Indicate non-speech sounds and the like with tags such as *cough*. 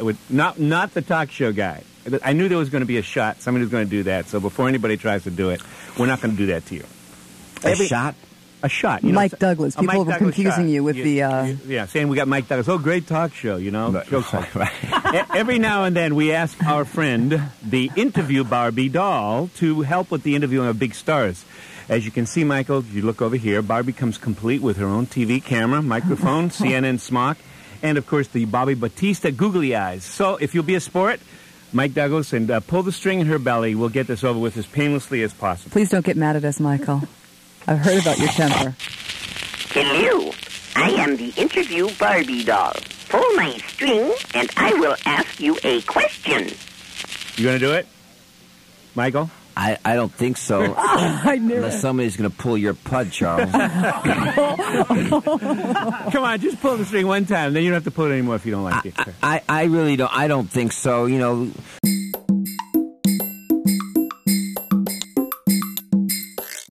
with not not the talk show guy. I knew there was going to be a shot. Somebody was going to do that. So before anybody tries to do it, we're not going to do that to you. A Every- shot? A shot. You Mike know, Douglas. a Mike People were Douglas confusing shot. you with the, uh, you- yeah, saying we got Mike Douglas. Oh, great talk show. You know, But- Joke's on. E- Every now and then, we ask our friend, the interview Barbie doll, to help with the interviewing of big stars. As you can see, Michael, if you look over here, Barbie comes complete with her own TV camera, *laughs* microphone, CNN smock, and of course the Bobby Batista googly eyes. So if you'll be a sport, Mike Douglas, and uh, pull the string in her belly, we'll get this over with as painlessly as possible. Please don't get mad at us, Michael. I've heard about your temper. Hello. I am the interview Barbie doll. Pull my string, and I will ask you a question. You going to do it, Michael? I, I don't think so. I knew Unless somebody's going to pull your pud, Charles. Come on, just pull the string one time. Then you don't have to pull it anymore if you don't like it. I, I really don't. I don't think so. You know,